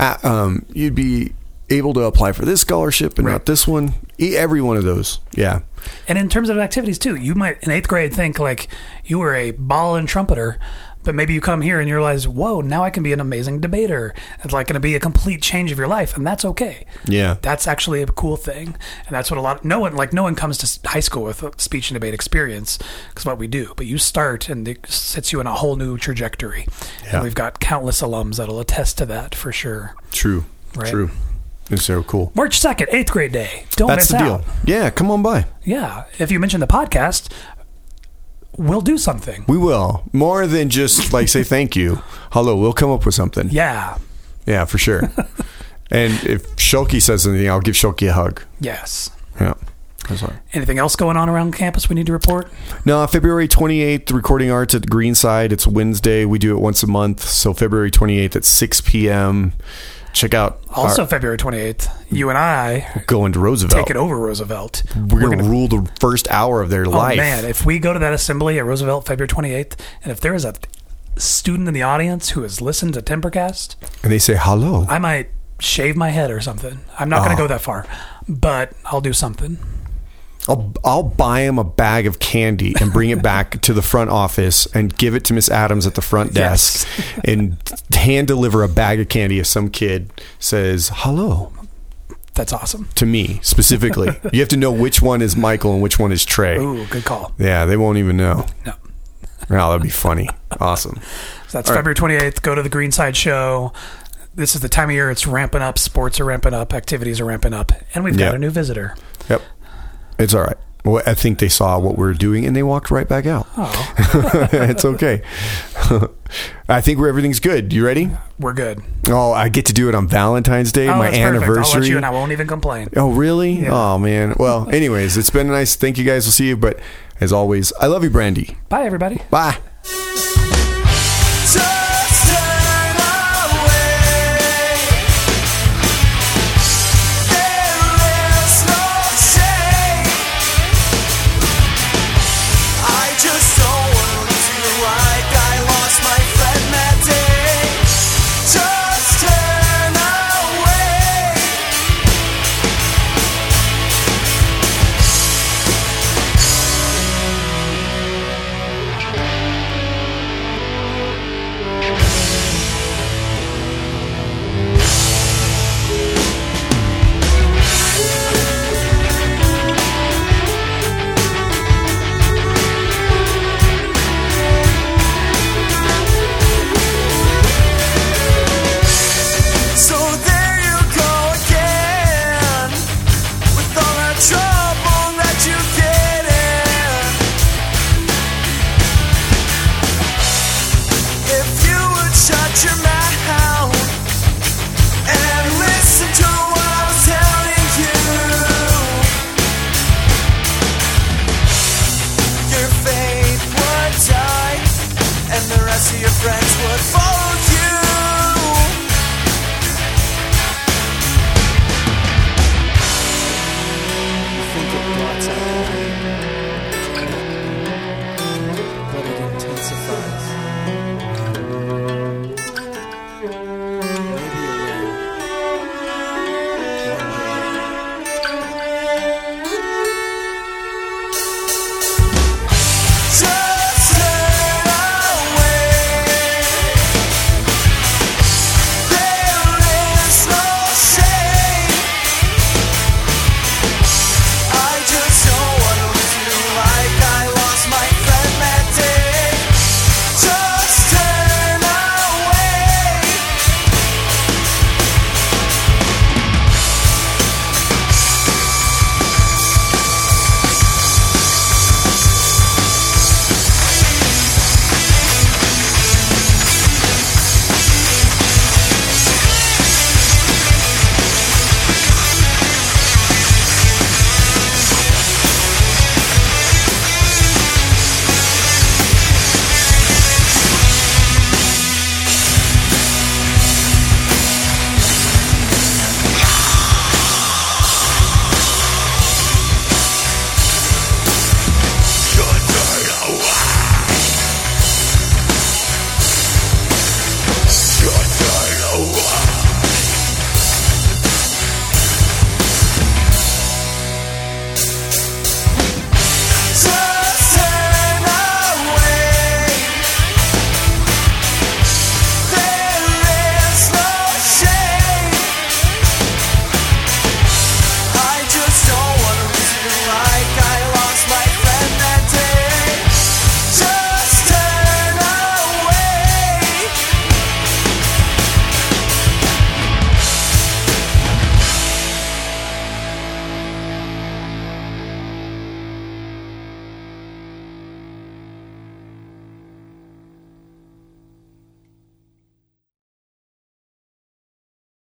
Speaker 2: uh, um, you'd be able to apply for this scholarship and not
Speaker 1: Right.
Speaker 2: this one. E- Every one of those, yeah.
Speaker 1: And in terms of activities too, you might in eighth grade think like you were a ball and trumpeter, but maybe you come here and you realize, whoa, now I can be an amazing debater. It's like going to be a complete change of your life, and that's okay.
Speaker 2: Yeah.
Speaker 1: that's actually a cool thing, and that's what a lot no one like no one comes to s- high school with a speech and debate experience because what we do, but you start and it sets you in a whole new trajectory.
Speaker 2: Yeah.
Speaker 1: And we've got countless alums that'll attest to that for sure.
Speaker 2: True.
Speaker 1: Right.
Speaker 2: True. It's so cool.
Speaker 1: March second, eighth grade day. Don't
Speaker 2: That's
Speaker 1: miss
Speaker 2: the deal.
Speaker 1: out.
Speaker 2: Yeah, come on by.
Speaker 1: Yeah, if you mention the podcast, we'll do something.
Speaker 2: We will. More than just like say thank you. Hello, we'll come up with something.
Speaker 1: Yeah.
Speaker 2: Yeah, for <laughs> sure. and if Shulky says anything, I'll give Shulky a hug.
Speaker 1: Yes.
Speaker 2: Yeah. That's all right.
Speaker 1: Anything else going on around campus we need to report?
Speaker 2: No, February 28th, Recording Arts at Greenside. It's Wednesday. We do it once a month. So February 28th at 6 p.m. Check out
Speaker 1: Also,
Speaker 2: our-
Speaker 1: February 28th, you and I
Speaker 2: going to Roosevelt.
Speaker 1: take it over Roosevelt.
Speaker 2: We're, going to rule the first hour of their
Speaker 1: Oh,
Speaker 2: life.
Speaker 1: man. If we go to that assembly at Roosevelt February 28th, and if there is a student in the audience who has listened to Timbercast,
Speaker 2: And they say hello.
Speaker 1: I might shave my head or something. I'm not going
Speaker 2: Oh.
Speaker 1: to go that far, but I'll do something.
Speaker 2: I'll, I'll buy him a bag of candy and bring it back <laughs> to the front office and give it to Miss Adams at the front desk and hand deliver a bag of candy if some kid says hello
Speaker 1: That's awesome.
Speaker 2: to me
Speaker 1: <laughs>
Speaker 2: specifically. you have to know which one is Michael and which one is Trey.
Speaker 1: Ooh, good call.
Speaker 2: Yeah, they won't even know.
Speaker 1: No.
Speaker 2: No, that'd be funny. Awesome.
Speaker 1: So that's
Speaker 2: All right.
Speaker 1: February 28th. Go to the Greenside Show. This is the time of year it's ramping up. Sports are ramping up. Activities are ramping up. And we've
Speaker 2: Yeah.
Speaker 1: got a new visitor.
Speaker 2: Yep. It's all right. Well, I think they saw what we were doing and they walked right back out.
Speaker 1: Oh,
Speaker 2: <laughs> it's okay. <laughs> I think where everything's good. You ready?
Speaker 1: we're good.
Speaker 2: Oh, I <laughs> get to do it on Valentine's Day,
Speaker 1: Oh,
Speaker 2: my
Speaker 1: that's
Speaker 2: anniversary.
Speaker 1: Perfect. I'll let you and I won't even complain.
Speaker 2: Oh, really?
Speaker 1: Yeah.
Speaker 2: Oh, man. Well, anyways, it's been nice. Thank you guys. We'll see you. But as always, I love you, Brandy.
Speaker 1: Bye, everybody.
Speaker 2: Bye.